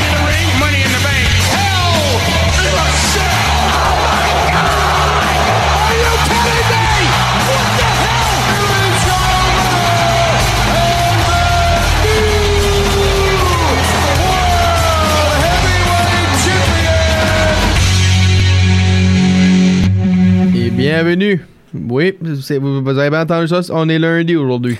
of the Ring, Money in the Bank. Hell in a Cell. Oh Are you kidding me? What the hell? Et bienvenue. Oui, c'est- vous, vous avez bien entendu ça, on est lundi aujourd'hui.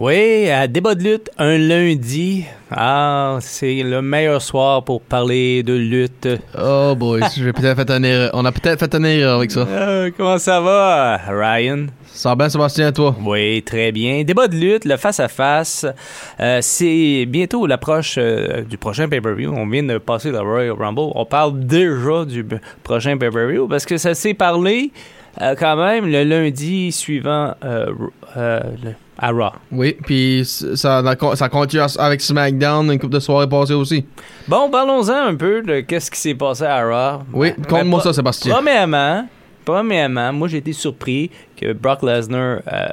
Oui, à débat de lutte, un lundi. Ah, c'est le meilleur soir pour parler de lutte. Oh boy, j'ai peut-être fait une erreur. On a peut-être fait une erreur avec ça. Euh, comment ça va, Ryan? Ça va bien, Sébastien, toi? Oui, très bien. Débat de lutte, le face-à-face. Euh, c'est bientôt l'approche euh, du prochain pay-per-view. On vient de passer le Royal Rumble. On parle déjà du b- prochain pay-per-view parce que ça s'est parlé euh, quand même le lundi suivant euh, Ro- euh, le- à Raw. Oui, puis c- ça, ça continue à- avec SmackDown une coupe de soirée passée aussi. Bon, parlons-en un peu de qu'est-ce qui s'est passé à Raw. Oui, Ben, compte-moi ben, ça, Sébastien. Premièrement, premièrement, moi j'ai été surpris que Brock Lesnar euh,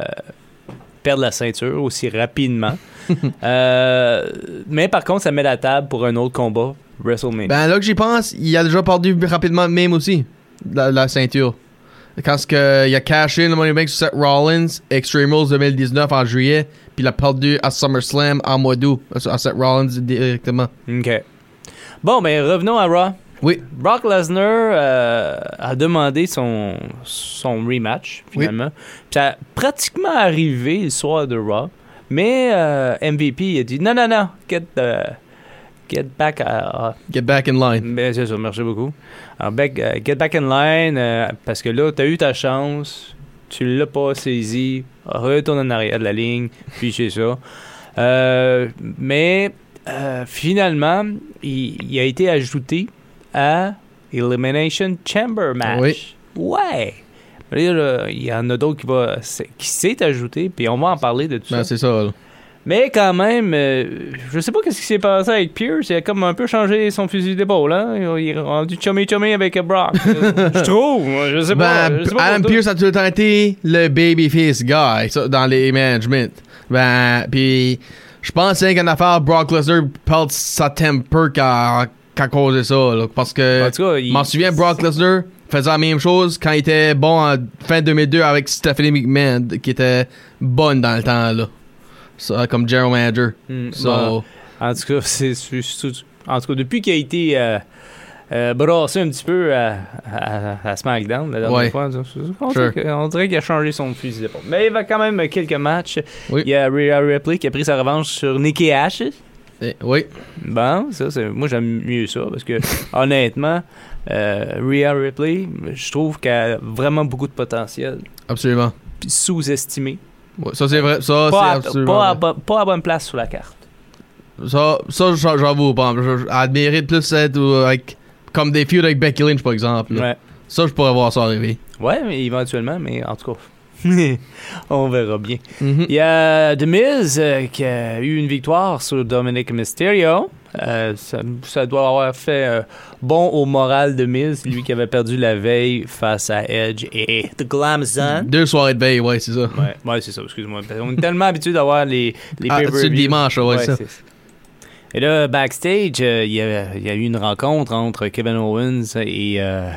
perde la ceinture aussi rapidement. Euh, mais par contre, ça met la table pour un autre combat, WrestleMania. Ben là que j'y pense, il a déjà perdu rapidement même aussi la, la ceinture. Quand ce que, il a caché le Money Bank sur Seth Rollins, Extreme Rules 2019 en juillet, puis il a perdu à SummerSlam en mois d'août, euh, à Seth Rollins directement. OK. Bon, ben revenons à Raw. Oui, Brock Lesnar euh, a demandé son, son rematch, finalement. Puis ça a pratiquement arrivé le soir de Raw. Mais euh, MVP a dit non, non, non, get, the- get back. à- à- get back in line. Ben, c'est ça, merci beaucoup. Alors, back- euh, get back in line, euh, parce que là, t'as eu ta chance, tu l'as pas saisi, retourne en arrière de la ligne, puis c'est ça. Euh, mais euh, finalement, il, il a été ajouté à Elimination Chamber match. Oui. Ouais. Mais là, Il y en a d'autres qui, va- qui s'est ajouté, puis on va en parler de tout Ben ça. c'est ça. là. Mais quand même, euh, je sais pas qu'est-ce qui s'est passé avec Pierce. Il a comme un peu changé son fusil d'épaule. Hein? Il est rendu chummy chummy avec Brock. je trouve. moi, Je sais pas. Ben, je sais pas Adam pour toi. Pearce a tout le temps été le babyface guy ça, dans les management. Ben, puis je pense qu'il y a une affaire, Brock Lesnar perd sa temper qu'a qu'a causé ça. là, parce que, En tout cas, il- je m'en souviens, Brock Lesnar faisait la même chose quand il était bon en fin 2002 avec Stephanie McMahon, qui était bonne dans le temps, là. Ça, comme general manager. Hmm, So, bon. En tout cas, c'est, c'est- c'est- en tout cas, depuis qu'il a été euh, euh, brassé un petit peu à, à- à SmackDown la dernière Ouais. fois, on dirait, Sure. que- on dirait qu'il a changé son fusil d'épaule. Mais il va quand même quelques matchs. Oui. Il y a Rhea Ripley qui a pris sa revanche sur Nikki Ash. eh, oui. Bon, ça, c'est, moi j'aime mieux ça parce que honnêtement, euh, Rhea Ripley, je trouve qu'elle a vraiment beaucoup de potentiel, Absolument. puis sous-estimée. Ouais, ça, Ah, c'est vrai. Ça, pas, c'est à, absolument. pas à vrai. bo- pas à bonne place sur la carte. Ça, ça j'en- j'avoue, par exemple, je- je- admirer plus être euh, avec- comme des feuds avec Becky Lynch, par exemple. là. Ouais. Ça, je pourrais voir ça arriver. ouais, mais éventuellement, mais en tout cas, on verra bien. Il y a The Miz euh, qui a eu une victoire sur Dominic Mysterio. Euh, ça, ça doit avoir fait euh, bon au moral de Miz, lui qui avait perdu la veille face à Edge et The Glamzon. Deux soirées de veille, ouais, c'est ça. Ouais, ouais, c'est ça, excuse-moi. Parce qu'on est tellement habitué d'avoir les, les Ah, pay-per-views. c'est le dimanche, ouais, Ouais, ça. c'est ça. Et là, backstage, euh, il y, a- il y a eu une rencontre entre Kevin Owens et euh,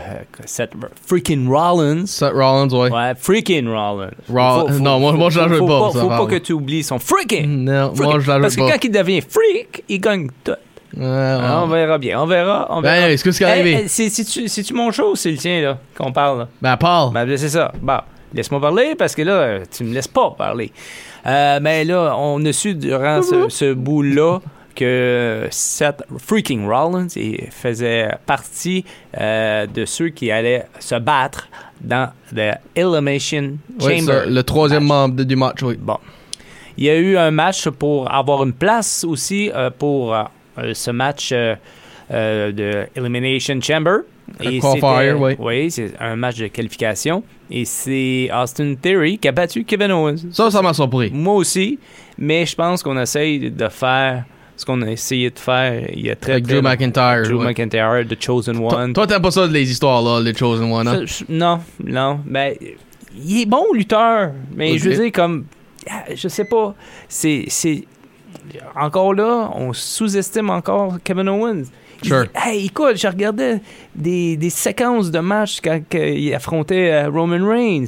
Seth freaking Rollins. Seth Rollins, ouais. Ouais, freaking Rollins. Roll- non, moi- moi, je la joue faut pas, ça, Faut par pas que contre. tu oublies son freaking. Non, Freaking. moi, je la Parce que joue pas. quand il devient freak, il gagne tout. Ouais, ouais. Ah, On verra bien, on verra. On Ben, verra. est-ce que c'est arrivé? Hey, hey, c'est- c'est-tu c'est-tu mon show ou c'est le tien, là, qu'on parle, là? Ben, Paul. Ben, c'est ça. Bon, laisse-moi parler parce que là, euh, tu me laisses pas parler. Euh, mais là, on a su durant ce, Mm-hmm. ce bout-là que Seth freaking Rollins il faisait partie euh, de ceux qui allaient se battre dans le Elimination Ouais, Chamber. ça, le troisième match. membre de- du match, oui. Bon. Il y a eu un match pour avoir une place aussi euh, pour euh, euh, ce match euh, euh, de Elimination Chamber. Le Et qualifier, c'était- oui. Oui, c'est un match de qualification. Et c'est Austin Theory qui a battu Kevin Owens. Ça, ça m'a surpris. Moi aussi, mais je pense qu'on essaye de faire ce qu'on a essayé de faire il y a très Avec très Drew longtemps. McIntyre. Drew ouais. McIntyre, The Chosen Toi- One. Toi, t'aimes pas ça, les histoires, là, les Chosen One, hein? Ça, je- non, non. Ben, il est bon lutteur, mais Ok. je veux dire, comme, ah, je sais pas, c'est, c'est, encore là, on sous-estime encore Kevin Owens. Il- Sure. hey, écoute, je regardais des, des séquences de matchs quand que il affrontait euh, Roman Reigns.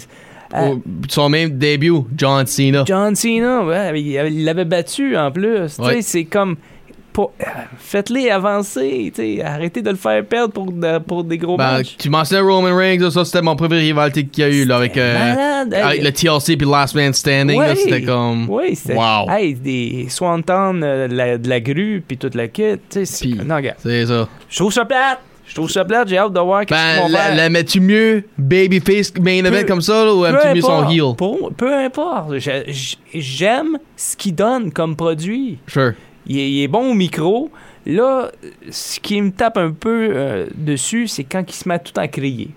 Euh, Ou Son même début, John Cena. John Cena, ouais, il avait- il l'avait battu en plus. Tu sais, Ouais. C'est comme. pas- euh, Faites-les avancer, tu sais, arrêtez de le faire perdre pour, de- pour des gros Ben, matchs. tu mentionnais Roman Reigns, là, ça c'était mon premier rivalité qu'il y a eu là, avec, euh, Malade, hey. avec le TLC puis Last Man Standing. là, Ouais. C'était comme. Oui, c'était. Mm. Wow. Hey, des Swanton, euh, de la, de la grue, puis toute la kit. tu sais, c'est- Puis- Non, regarde. C'est ça. Je trouve ça plate. Je trouve ça plate. J'ai hâte de voir qu'est-ce qu'ils Ben, vont la, faire. la mets-tu mieux Babyface main event comme ça là, ou Peu aimes-tu mieux son importe. heel Pour- peu importe. Je- je- J'aime ce qu'il donne comme produit. Sure. Il est, il est bon au micro. Là, ce qui me tape un peu euh, dessus, c'est quand il se met tout à crier.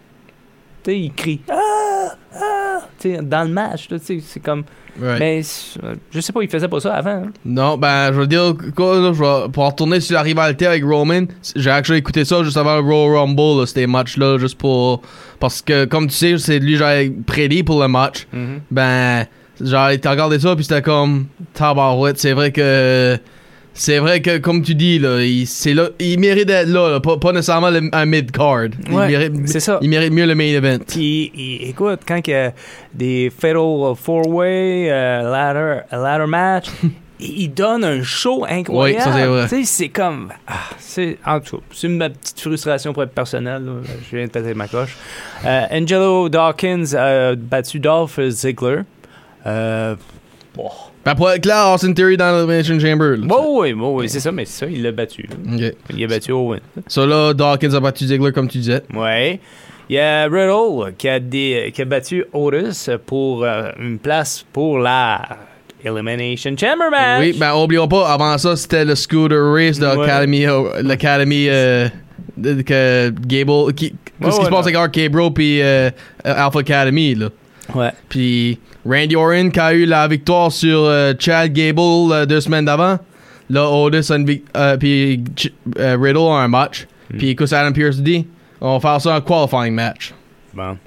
Tu sais, il crie. Ah! Ah! Tu sais, dans le match, là, tu sais, c'est comme. Right. Mais c'est- euh, je sais pas, il faisait pas ça avant. hein. Non, ben, je veux dire, quoi, là, je vais, pour retourner sur la rivalité avec Roman, j'ai actually écouté ça juste avant le Royal Rumble, là, ces matchs-là, juste pour. Parce que, comme tu sais, c'est lui, j'avais prédit pour le match. Ben, genre, t'as regardé ça, puis c'était comme. Tabarouette, c'est vrai que. C'est vrai que, comme tu dis, là, il, c'est là, il mérite d'être là, là, pas, pas nécessairement le- un mid-card. Il, Ouais, mérite, c'est ça. il mérite mieux le main event. Puis, il- écoute, quand il y a des Fatal Four-Way, euh, ladder, ladder Match, il il donne un show incroyable. Oui, ça, c'est vrai. Tu sais, c'est comme. ah, c'est, en tout cas, c'est ma petite frustration pour être personnelle. là. Je viens de péter ma coche. Euh, Angelo Dawkins a battu Dolph Ziggler. Euh, bon. Ben, pour être clair, Austin Theory dans l'Elimination Chamber. là. Bon, oui, bon, oui, c'est ça, mais c'est ça, il l'a battu. là. Ok. Il a battu Owen. Ça, là, Dawkins a battu Ziggler, comme tu disais. Ouais. Il y a Riddle qui a, dé- qui a battu Otis pour euh, une place pour la Elimination Chamber match. Oui, ben oublions pas, avant ça, c'était le scooter race de Ouais. l'Academy, euh, l'Academy euh, de- que Gable, qui, Ouais, ce qui ouais, se non. passe avec RK-Bro puis euh, Alpha Academy, là. Ouais. Puis Randy Orton qui a eu la victoire sur euh, Chad Gable euh, deux semaines d'avant. Là, Otis a une vic- euh, puis Ch- euh, Riddle a un match. Puis qu'est-ce que Adam Pierce dit? On va faire ça un qualifying match. Bon.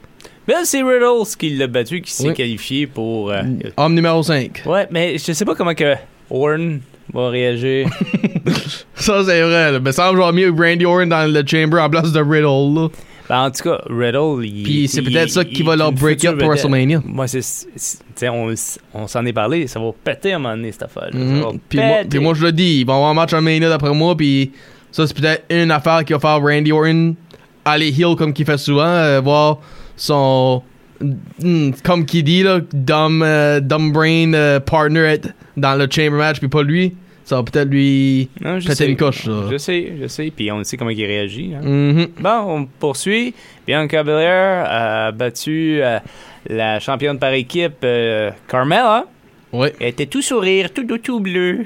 Ben, c'est Riddle qui l'a battu, qui s'est Oui. qualifié pour. euh, Homme numéro 5. Ouais, mais je sais pas comment que Orton va réagir. Ça, c'est vrai. Là. Mais ça me semble genre mieux Randy Orton dans le chamber en place de Riddle, là. ben, en tout cas, Riddle, il. Puis c'est il- peut-être ça qui il va est leur une break future up pour vedette. WrestleMania. Moi, c'est. c'est- tu sais, on, s- on s'en est parlé, ça va péter à un moment donné, cette affaire. Mhm. Puis, ben, moi, puis moi, je le dis, ils vont avoir un match en Mania d'après moi. Puis ça, c'est peut-être une affaire qui va faire Randy Orton aller heel comme qu'il fait souvent, euh, voir son. mm, comme qu'il dit, là, dumb, euh, dumb brain euh, partner être dans le chamber match, puis pas lui. Ça va peut-être lui Non, je péter sais. une coche, ça. Je sais, je sais. Puis on sait comment il réagit. hein. Mhm. Bon, on poursuit. Bianca Belair a battu euh, la championne par équipe euh, Carmella. Ouais, Elle était tout sourire, tout doux, tout bleu.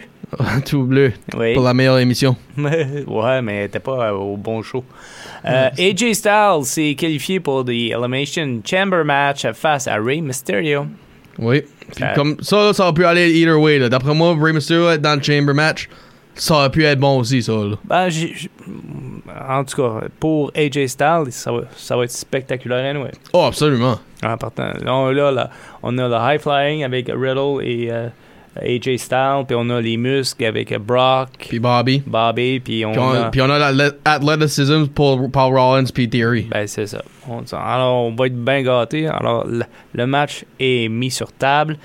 tout bleu Oui. pour la meilleure émission. ouais, mais elle était pas euh, au bon show. Euh, AJ Styles s'est qualifié pour the Elimination Chamber match face à Rey Mysterio. Oui. Puis Ça- comme ça, là, ça aurait pu aller either way. là. D'après moi, Rey Mysterio être dans le chamber match, ça aurait pu être bon aussi, ça. là. Ben, j'ai- j'ai- en tout cas, pour AJ Styles, ça va, ça va être spectaculaire anyway. Oh, absolument. En partant. Ah, Là, on, là, là, on a le high flying avec Riddle et euh, AJ Styles, puis on a les muscles avec euh, Brock, Puis Bobby. Bobby, puis on, Puis on, a. puis on a l'athleticism pour Paul Rollins puis Theory. Ben, c'est ça. On, alors, on va être bien gâtés. Alors, le, le match est mis sur table.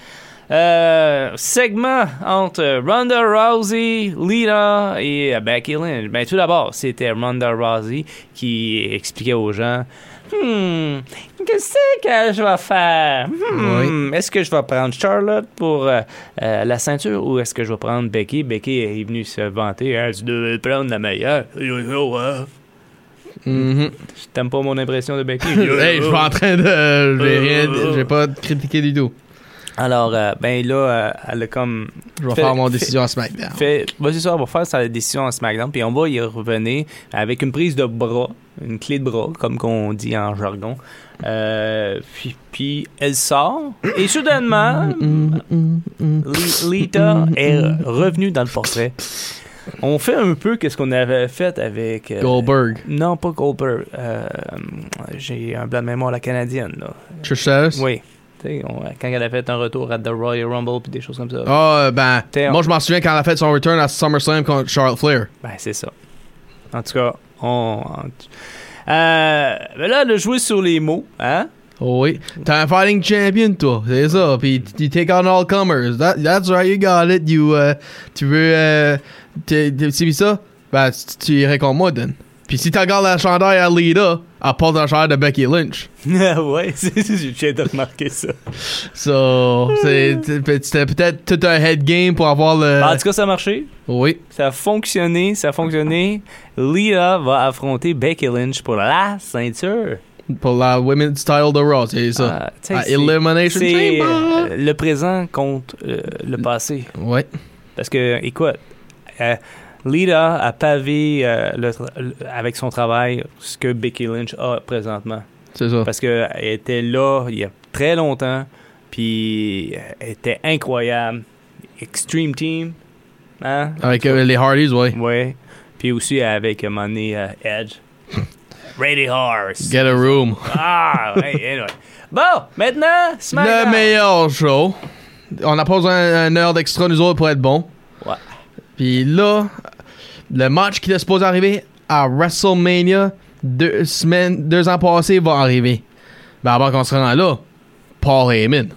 Euh, segment entre Ronda Rousey, Lita et euh, Becky Lynch. Ben, tout d'abord, c'était Ronda Rousey qui expliquait aux gens Hmm, qu'est-ce que je vais faire Hmm, Est-ce que je vais prendre Charlotte pour euh, euh, la ceinture ou est-ce que je vais prendre Becky Becky est venue se vanter hein, Tu devais prendre la meilleure. Yo, yo, hein. Mhm. T'aimes pas mon impression de Becky hey, je suis pas en train de. J'ai rien. J'ai pas critiqué du tout. Alors, euh, ben là, euh, elle a comme Je vais Fait- faire mon fait- décision à SmackDown. fait. Bah, c'est ça, on va faire sa décision en SmackDown, puis on va y revenir avec une prise de bras, une clé de bras, comme qu'on dit en jargon. Euh, puis, puis elle sort, et Mm-hmm, soudainement, Li- Lita est revenue dans le portrait. on fait un peu qu'est-ce qu'on avait fait avec euh, Goldberg. Non, pas Goldberg. Euh, J'ai un blanc de mémoire à la canadienne. Là. Trish Stratus? Oui. Tu sais, on- quand elle a fait un retour à The Royal Rumble puis des choses comme ça. Ah, ben, T'es- moi je m'en souviens quand elle a fait son return à SummerSlam contre Charlotte Flair. Ben, c'est ça. En tout cas, on. en tout- Euh, ben là, elle a joué sur les mots, hein? Oh, oui. T'es un fighting champion, toi. C'est ça. Puis t- you take on all comers. That- that's right, you got it. You, euh, tu veux. Euh, t'es- t'es- c'est ça? Ben, tu- tu irais contre moi, Dan. Puis si tu regardes la chandail à Lita, elle porte la chandail de Becky Lynch. ouais, c'est- c'est- j'ai de remarquer ça. Euh. So, c'est- c'est- c'était peut-être tout un head game pour avoir le. Ben, en tout cas, ça a marché. Oui. Ça a fonctionné, ça a fonctionné. Lila va affronter Becky Lynch pour la ceinture. Pour la Women's Title de Raw, c'est ça. Ah, tu sais, À c'est- Elimination c'est Chamber. euh, le présent contre euh, le passé. Ouais. Parce que, écoute, euh, Lita a pavé euh, le tra- le- avec son travail ce que Becky Lynch a présentement. C'est ça. Parce qu'elle était là il y a très longtemps, puis elle était incroyable. Extreme Team, hein? Avec euh, les Hardys, ouais. Ouais. Puis aussi avec, à un moment donné, euh, Edge. Ready Horse. Get a room. Ah, ouais, anyway. Bon, maintenant, Le SmackDown. meilleur show. On a pas besoin d'un heure d'extra, nous autres, pour être bon. Ouais. Puis là, le match qui était supposé arriver à WrestleMania deux semaines, deux ans passés va arriver. Ben avant qu'on se rende là, Paul Heyman.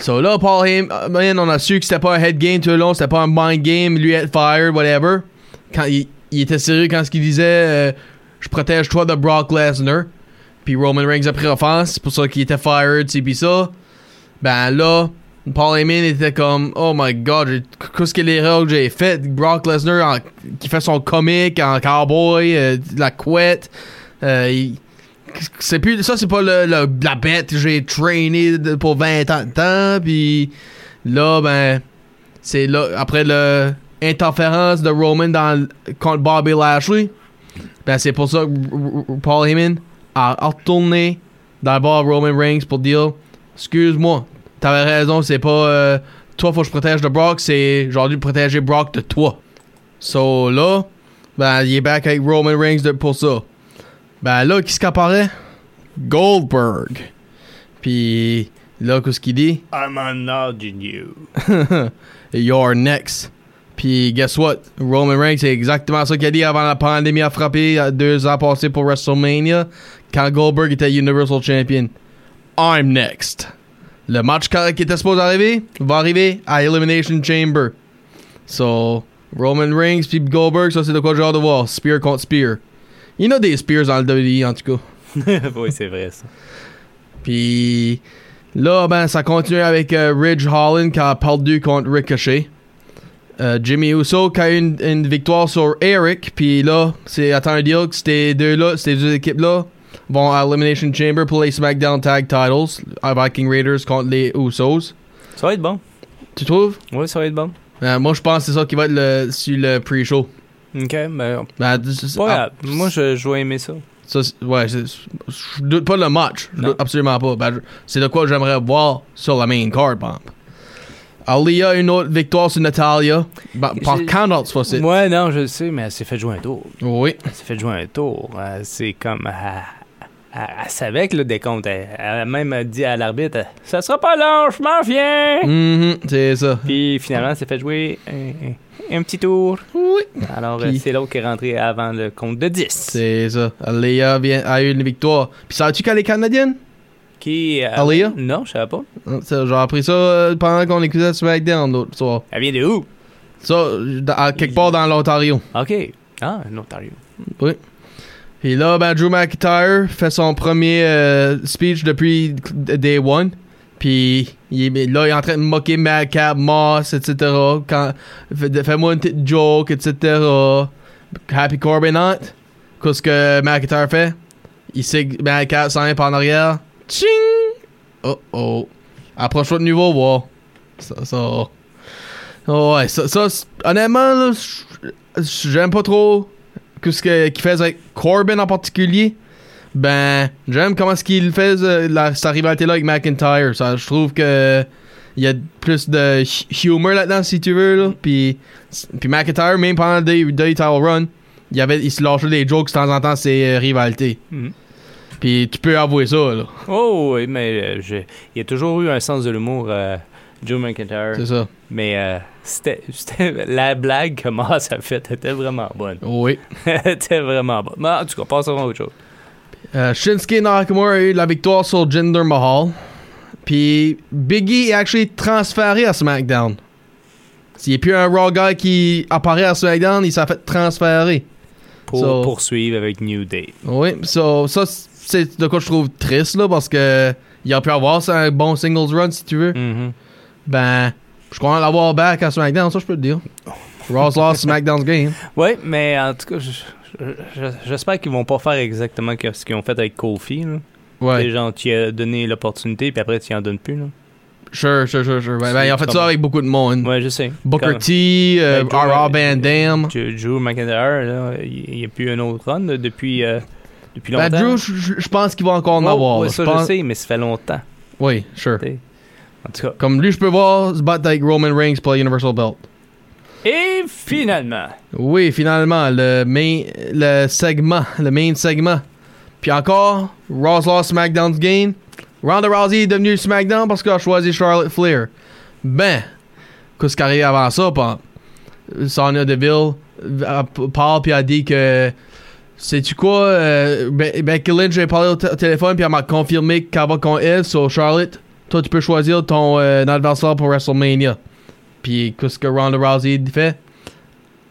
So là, Paul Heyman, on a su que c'était pas un head game tout le long, c'était pas un mind game, lui être fire, whatever. Quand il, il était sérieux quand ce qu'il disait, euh, je protège toi de Brock Lesnar. Puis Roman Reigns a pris offense, c'est pour ça qu'il était fired, c'est pis ça. Ben là, Paul Heyman était comme Oh my god, j'ai- qu'est-ce que l'erreur que j'ai faite Brock Lesnar en- qui fait son comique en cowboy, euh, la couette. euh, il- c'est plus, ça, c'est pas le, le- la bête que j'ai traîné de- pour 20 ans de temps. Puis là, ben, c'est là, après le interférence de Roman dans, contre Bobby Lashley, ben, c'est pour ça que R- R- Paul Heyman a retourné dans le bar Roman Reigns pour dire Excuse-moi, T'avais raison, c'est pas euh, toi faut que je protège de Brock, c'est j'ai dû protéger Brock de toi. So là, ben il est back avec Roman Reigns de- pour ça. Ben là, qui ce qu'apparaît? Goldberg. Puis là, qu'est-ce qu'il dit? I'm acknowledging you. You're next. Puis guess what? Roman Reigns, c'est exactement ça qu'il a dit avant la pandémie a frappé euh, deux ans passés pour WrestleMania quand Goldberg était Universal Champion. I'm next. Le match ca- qui était supposé arriver va arriver à Elimination Chamber. So, Roman Reigns puis Goldberg, ça c'est de quoi j'ai hâte de voir. Spear contre Spear. Il y en a des Spears dans le WWE en tout cas. oui, c'est vrai, ça. Puis là, ben, ça continue avec euh, Ridge Holland qui a perdu contre Ricochet. Euh, Jimmy Uso qui a eu une, une victoire sur Eric. Puis là, c'est attends un deal que ces deux-là, ces deux équipes-là vont à Elimination Chamber pour les SmackDown Tag Titles. à Viking Raiders contre les Usos. Ça va être bon. Tu trouves? Oui, ça va être bon. Euh, moi, je pense que c'est ça qui va être le, sur le pre-show. Ok, ben, Ben, c'est- pas ah, grave. Moi, je, je vais aimer ça. Ça, c'est- ouais, c'est- je doute pas le match. Je Non. doute absolument pas. Ben, je- c'est de quoi j'aimerais voir sur la main card, par exemple. Alia, une autre victoire sur Natalia. Ben, par J'ai- quand d'autres fois, c'est. Ouais, non, je le sais, mais elle s'est fait jouer un tour. Oui. Elle s'est fait jouer un tour. Euh, C'est comme. Elle, elle- elle savait que le décompte. Elle, elle a même dit à l'arbitre Ça sera pas long, je m'en viens Mhm, c'est ça. Puis finalement, elle s'est fait jouer un, un- un petit tour. Oui. Alors, Puis- euh, c'est l'autre qui est rentré avant le compte de 10. C'est ça. Alia vient, a eu une victoire. Puis savais-tu qu'elle est canadienne? Qui. euh, Alia? Non, je savais pas. Hein, ça, J'ai appris ça euh, pendant qu'on écoutait SmackDown l'autre soir. Elle vient de où Ça, euh, dans- à quelque part dans l'Ontario. Ok. Ah, un Ontario. Puis là, ben, Drew McIntyre fait son premier euh, speech depuis Day One. Puis il est- mais là, il est en train de moquer Madcap, Moss, etc. Quand- fais- Fais-moi une petite joke, etc. Happy Corbin Hunt. Qu'est-ce que McIntyre fait? Il sait que Madcap s'en vient par en arrière. Tching! Oh oh. Approche-toi de nouveau, voir. Ça, ça. Oh, ouais, ça, ça c'est- honnêtement, là, j- j'aime pas trop que ce que- qu'il faisait avec Corbin en particulier, ben, j'aime comment ce qu'il fait, euh, la- sa rivalité-là avec McIntyre. Ça, je trouve que Il y a plus de hu- humor là-dedans, si tu veux. Là. Puis, puis McIntyre, même pendant le Day, Day Title Run, il, y avait, il se lâchait des jokes de temps en temps, c'est euh, rivalité. Mhm. Puis tu peux avouer ça, là. Oh, oui, mais euh, j'ai- il a toujours eu un sens de l'humour, euh, Joe McIntyre. C'est ça. Mais euh, c'était, c'était- la blague que Moss a faite était vraiment bonne. Oui. Elle était vraiment bonne. Mais en tout cas, passons à autre chose. Euh, Shinsuke Nakamura a eu la victoire sur Jinder Mahal. Puis Biggie est actually transféré à SmackDown. S'il n'y a plus un Raw guy qui apparaît à SmackDown, il s'est fait transférer. Pour So- poursuivre avec New Day. Oui, so, ça, c'est de quoi je trouve triste, là, parce que il a pu avoir ça, un bon singles run, si tu veux. Mhm. Ben, je crois l'avoir back à SmackDown, ça, je peux te dire. Raw's lost SmackDown's game. Oui, mais en tout cas, je- je- je- j'espère qu'ils vont pas faire exactement que ce qu'ils ont fait avec Kofi. Là. Les Ouais, gens, tu y as donné l'opportunité, puis après, tu n'en donnes plus. Là. sure, sure, sure, sure. Ben, ben, ils ont fait ça avec beaucoup de monde. Ouais, je sais. Mm. Booker Comme- T, euh, Ben, Joe- euh, R.R. Van Dam. Drew Drew McIntyre, là, il n'y a plus un autre run là, depuis, euh, depuis Ben, longtemps. Drew, je- je je pense qu'il va encore en Oh, avoir. ouais, là. ça, Je pense- je sais, mais ça fait longtemps. Oui, sure. t'sais. En tout cas. Comme lui, je peux voir se battre avec Roman Reigns pour la Universal Belt. Et finalement, Oui, finalement, le main, le segment, le main segment. Puis encore, Raw's lost SmackDown's gain. Ronda Rousey est devenue SmackDown parce qu'elle a choisi Charlotte Flair. Ben, qu'est-ce qui arrive avant ça, pas? Sonia Deville euh, parle puis a dit que sais-tu quoi, euh, Be- Becky Lynch j'ai parlé au, t- au téléphone puis elle m'a confirmé qu'elle va contre elle, so Charlotte, toi tu peux choisir ton euh, adversaire pour WrestleMania. Puis qu'est-ce que Ronda Rousey fait?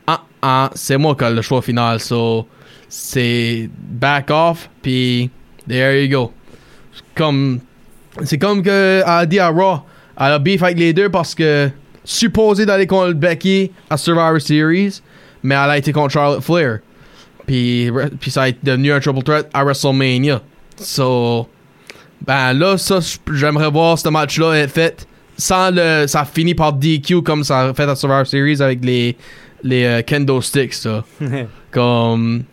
ah, ah, c'est moi qui ai le choix final. So, c'est back off, puis there you go. C'est Comme, c'est comme que elle a dit à Raw, elle a beef avec les deux parce que supposé d'aller contre Becky à Survivor Series, mais elle a été contre Charlotte Flair. Puis, puis ça a été devenu un triple threat à WrestleMania. So, ben là, ça, j'aimerais voir ce match-là être fait sans le. Ça finit par DQ comme ça a fait à Survivor Series avec les les euh, kendo sticks, ça. comme.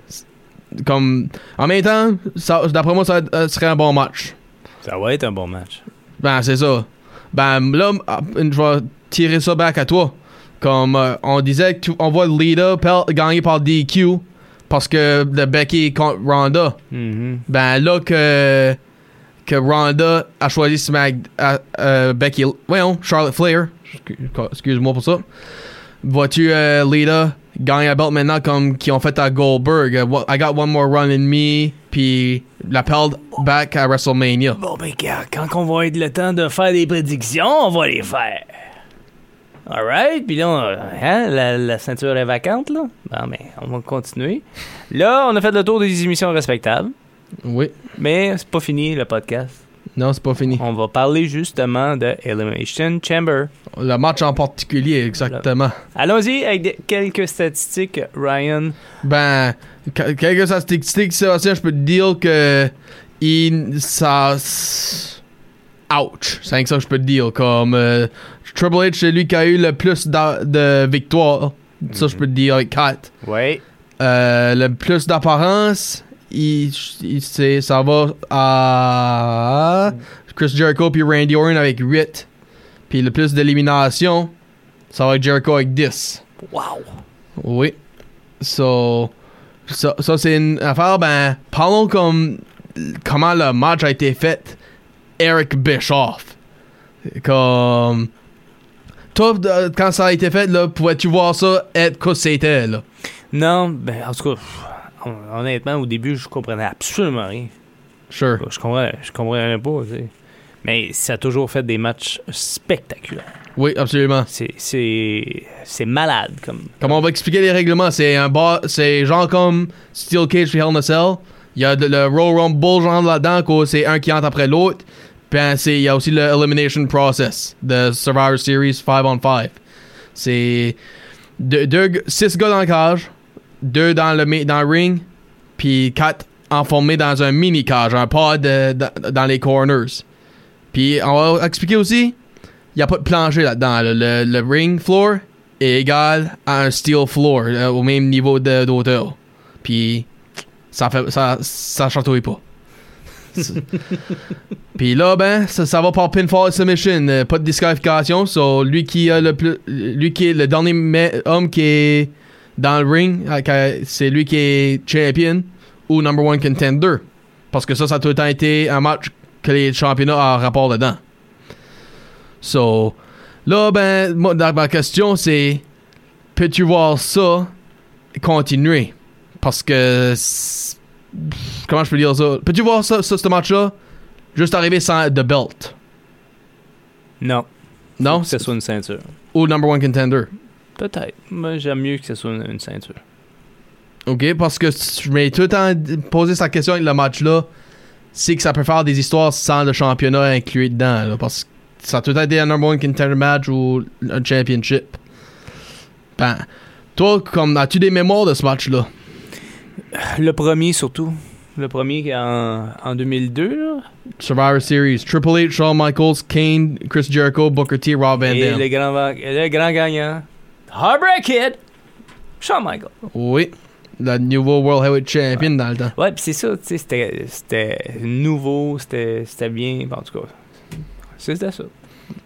Comme. En même temps, ça- d'après moi, ça euh, serait un bon match. ça va être un bon match. Ben, c'est ça. Ben, là, m- ah, je vais tirer ça back à toi. Comme euh, on disait, que tu- on voit Lita pel- gagner par DQ parce que le Becky est contre Ronda. Mhm. Ben, là que. Que Ronda a choisi Smack. a- euh, Becky. Voyons, Charlotte Flair. Excu- Excuse-moi pour ça. Vois-tu euh, Lita gagner la belt maintenant comme qu'ils ont fait à Goldberg? Euh, what- I got one more run in me. Puis la pelt back à WrestleMania. Bon, ben, gars, quand on va être le temps de faire des prédictions, on va les faire. Alright, puis là, on- hein, la, la ceinture est vacante, là. Bon, mais on va continuer. Là, on a fait le tour des émissions respectables, Oui. mais c'est pas fini le podcast. Non, c'est pas fini. On va parler justement de Elimination Chamber. Le match en particulier, exactement. Allons-y avec des- quelques statistiques, Ryan. Ben, que- quelques statistiques, Sébastien, je peux te dire que. Il, ça. s- Ouch! C'est rien que ça que je peux te dire. Comme. euh, Triple H, c'est lui qui a eu le plus d'a- de victoires. Ça, je peux te dire avec 4. Oui. Euh, le plus d'apparence, il, il- c'est- ça va à Chris Jericho puis Randy Orton avec 8. Puis le plus d'élimination, ça va être Jericho avec 10. Wow. Oui. So, ça, ça, c'est une affaire. Ben, parlons comme comment le match a été fait. Eric Bischoff. Comme. Toi, de- quand ça a été fait, là, pouvais-tu voir ça être que c'était, là? Non, ben, en tout cas, pff, hon- honnêtement, au début, je comprenais absolument rien. Sure. Je comprenais, je comprenais pas, tu sais. Mais ça a toujours fait des matchs spectaculaires. Oui, absolument. C'est, c'est, c'est malade, comme. Comme on va expliquer les règlements, c'est un bas, c'est genre comme Steel Cage puis Hell in a Cell. Il y a de- le Royal Rumble genre là-dedans, quoi, c'est un qui entre après l'autre. Puis hein, c'est- il y a aussi le Elimination Process de Survivor Series 5 on 5. C'est 6 gars dans la cage, 2 dans le, mi- dans le ring, puis 4 enfermés dans un mini cage, un pod euh, dans- dans les corners. Puis on va expliquer aussi, il n'y a pas de plancher là-dedans. là. Le, le ring floor est égal à un steel floor euh, au même niveau de- d'auteur. Puis ça fait ça ça chatouille pas. Puis là, ben, ça, ça va par pinfall submission. Euh, pas de disqualification. So, lui qui a le plus, lui qui est le dernier me- homme qui est dans le ring, euh, qui- c'est lui qui est champion ou number one contender. Parce que ça, ça a tout le temps été un match que les championnats ont rapport dedans. So, là, ben, moi, dans ma question, c'est peux-tu voir ça continuer? Parce que. c'est- pff, Comment je peux dire ça? Peux-tu voir ça, ça ce match-là, juste arriver sans The Belt? Non. Non? Que ce soit une ceinture. Ou number one contender? Peut-être. Moi, j'aime mieux que ce soit une, une ceinture. OK, parce que si je m'ai tout le temps d- posé sa question avec le match-là. C'est que ça peut faire des histoires sans le championnat inclus dedans. là, parce que ça a tout le temps été un number one contender match ou un championship. Ben, toi, comme as-tu des mémoires de ce match-là? Le premier, surtout. Le premier en, en 2002, là. Survivor Series, Triple H, Shawn Michaels, Kane, Chris Jericho, Booker T, Rob Van Et Dam. le grand, va- le grand gagnant, Heartbreak Kid, Shawn Michaels. Oui, le nouveau World Heavyweight Champion dans le temps. Ouais, pis c'est ça, tu sais, c'était- c'était nouveau, c'était c'était bien, en tout cas. C'était ça.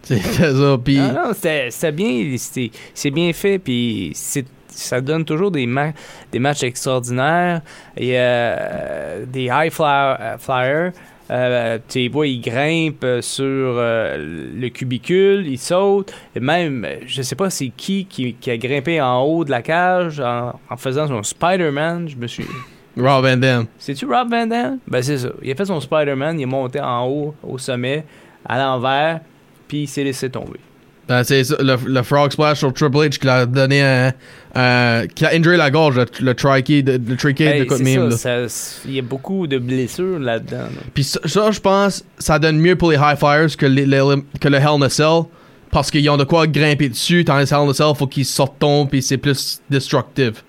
C'était ça. Puis, Non, Ah, non, c'était c'était bien, c'était- c'est bien fait, puis c'est- ça donne toujours des, ma- des matchs extraordinaires. Et, euh, des high flyer- euh, flyers. euh, tu les vois, ils grimpent euh, sur euh, le cubicule, ils sautent. Et même, euh, je sais pas c'est qui, qui qui a grimpé en haut de la cage en, en faisant son Spider-Man. Je me suis. Rob Van Dam. C'est-tu Rob Van Dam? Ben, c'est ça. Il a fait son Spider-Man, il est monté en haut, au sommet, à l'envers, puis il s'est laissé tomber. Ben, c'est ça, le, le Frog Splash sur Triple H qui l'a donné un. un- qui a injuré la gorge, le, le trikey, de- le trikey Hey, de quoi de c'est même. ça, ça- là. c'est- il y a beaucoup de blessures là-dedans. là. Puis ça, ça, je pense, ça donne mieux pour les High Flyers que, les- les- que le Hell in a Cell. Parce qu'ils ont de quoi grimper dessus. Tandis que Hell in a Cell, faut qu'ils sortent ton, puis c'est plus destructive.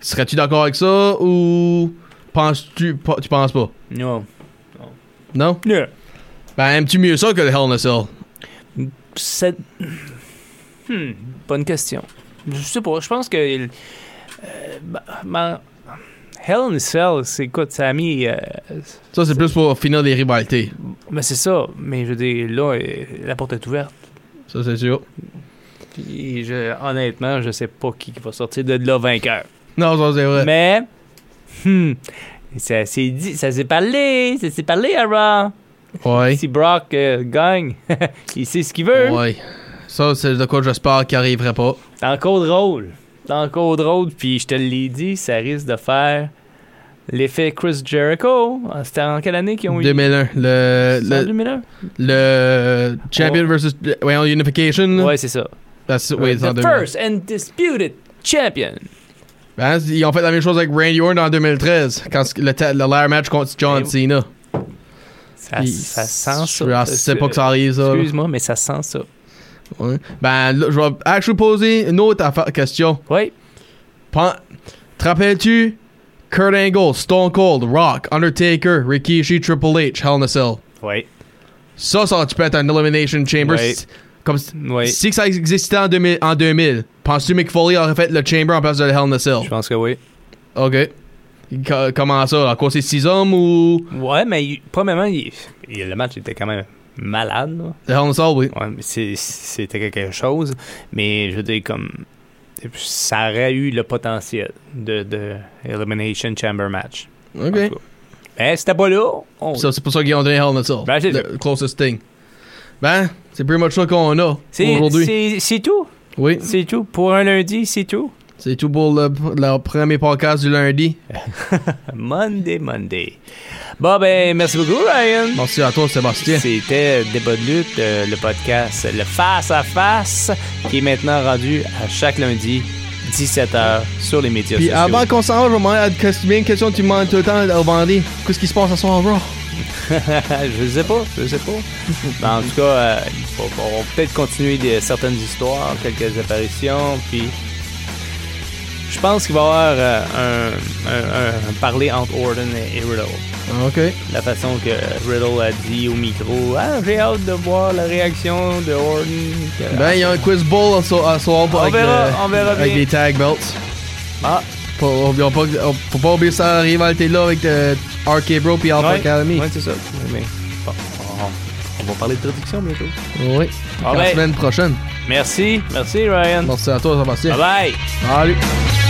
Serais-tu d'accord avec ça ou penses-tu pas- tu penses pas? Non. Non? Ben, aimes-tu mieux ça que le Hell in a Cell? C'est- Hmm, bonne question. Je sais pas, je pense que. il- euh, bah, bah, Hell in a Cell, c'est quoi, ça a mis. euh, Ça, c'est plus pour finir les rivalités. mais c'est ça, mais je veux dire, là, euh, la porte est ouverte. Ça, c'est sûr. Puis je- honnêtement, je sais pas qui qui va sortir de là vainqueur. Non, ça, c'est vrai. Mais, hmm, ça s'est dit, ça s'est parlé, ça s'est parlé à Raw. Ouais. Si Brock euh, gagne, il sait ce qu'il veut. Ouais. Ça, c'est de quoi j'espère qu'il arriverait pas. T'es encore drôle. T'es encore drôle, puis je te l'ai dit, ça risque de faire l'effet Chris Jericho. Ah, C'était en quelle année qu'ils ont eu 2001. Le, C'est en euh, le, 2001? le Champion versus. Ouais, on Unification. là. Ouais, c'est ça. Ah, c'est- oui, c'est en The 2001. first and disputed champion. Ben, ils ont fait la même chose avec Randy Orton en 2013, quand c- le, ta- le ladder match contre John Et- Cena. Ça, Il- Ben, ça sent ça. Je sais pas que ça arrive, ça. là. Excuse-moi, mais ça sent ça. Ouais. Ben, là, je vais actually poser une autre affa- question. Oui, Pen- Te rappelles-tu Kurt Angle, Stone Cold, Rock, Undertaker, Rikishi, Triple H, Hell in a Cell? oui, Ça, ça, tu peux être un Elimination Chamber. Ouais. si- Comme si- oui. si que ça existait en 2000, en 2000 penses-tu Mick Foley aurait fait le Chamber en place de le Hell in a Cell? Je pense que oui. Ok. Co- comment ça? À quoi c'est 6 hommes ou. Ouais, mais il- premièrement, il- il- le match était quand même malade. là. Le Hell in a Cell, oui. Ouais, mais c'est- c'était quelque chose, mais je veux dire, comme. Ça aurait eu le potentiel de, de Elimination Chamber match. Ok. En tout cas. Mais c'était pas là. On- Ça, c'est pour ça qu'ils ont donné Hell in a Cell. Ah, Ben, c'est The closest thing. Ben, c'est pretty much ça qu'on a C'est aujourd'hui. c'est- c'est tout. Oui, C'est tout. Pour un lundi, c'est tout. c'est tout pour le, le premier podcast du lundi. Monday, Monday. Bon, ben, merci beaucoup, Ryan. Merci à toi, Sébastien. C'était Débat de lutte, euh, le podcast, le face-à-face, qui est maintenant rendu à chaque lundi, 17h, sur les médias Puis sociaux. avant qu'on s'en va, je vais demander à te- bien une question que tu me demandes tout le temps au vendredi. Qu'est-ce qui se passe à soir, bro? je sais pas, je sais pas. Mais en tout cas, euh, on va- on va peut-être continuer de, certaines histoires, quelques apparitions, puis je pense qu'il va y avoir euh, un, un- un- un parler entre Orton et, et Riddle. Ah, Ok. La façon que Riddle a dit au micro, ah, j'ai hâte de voir la réaction de Orton. Ben, il y a un quiz bowl à so- à soir pour- On avec, verra, le- on verra avec bien. les tag belts. Ah, Faut, oublions pas, que- oh, faut pas oublier sa rivalité là avec euh, RK Bro puis Alpha Ouais. Academy. Ouais, c'est ça. Mais, bon, on, on va parler de traduction bientôt. Oui. Ah la ben. semaine prochaine. Merci, merci Ryan. Merci à toi, Sébastien. Bye bye. Salut.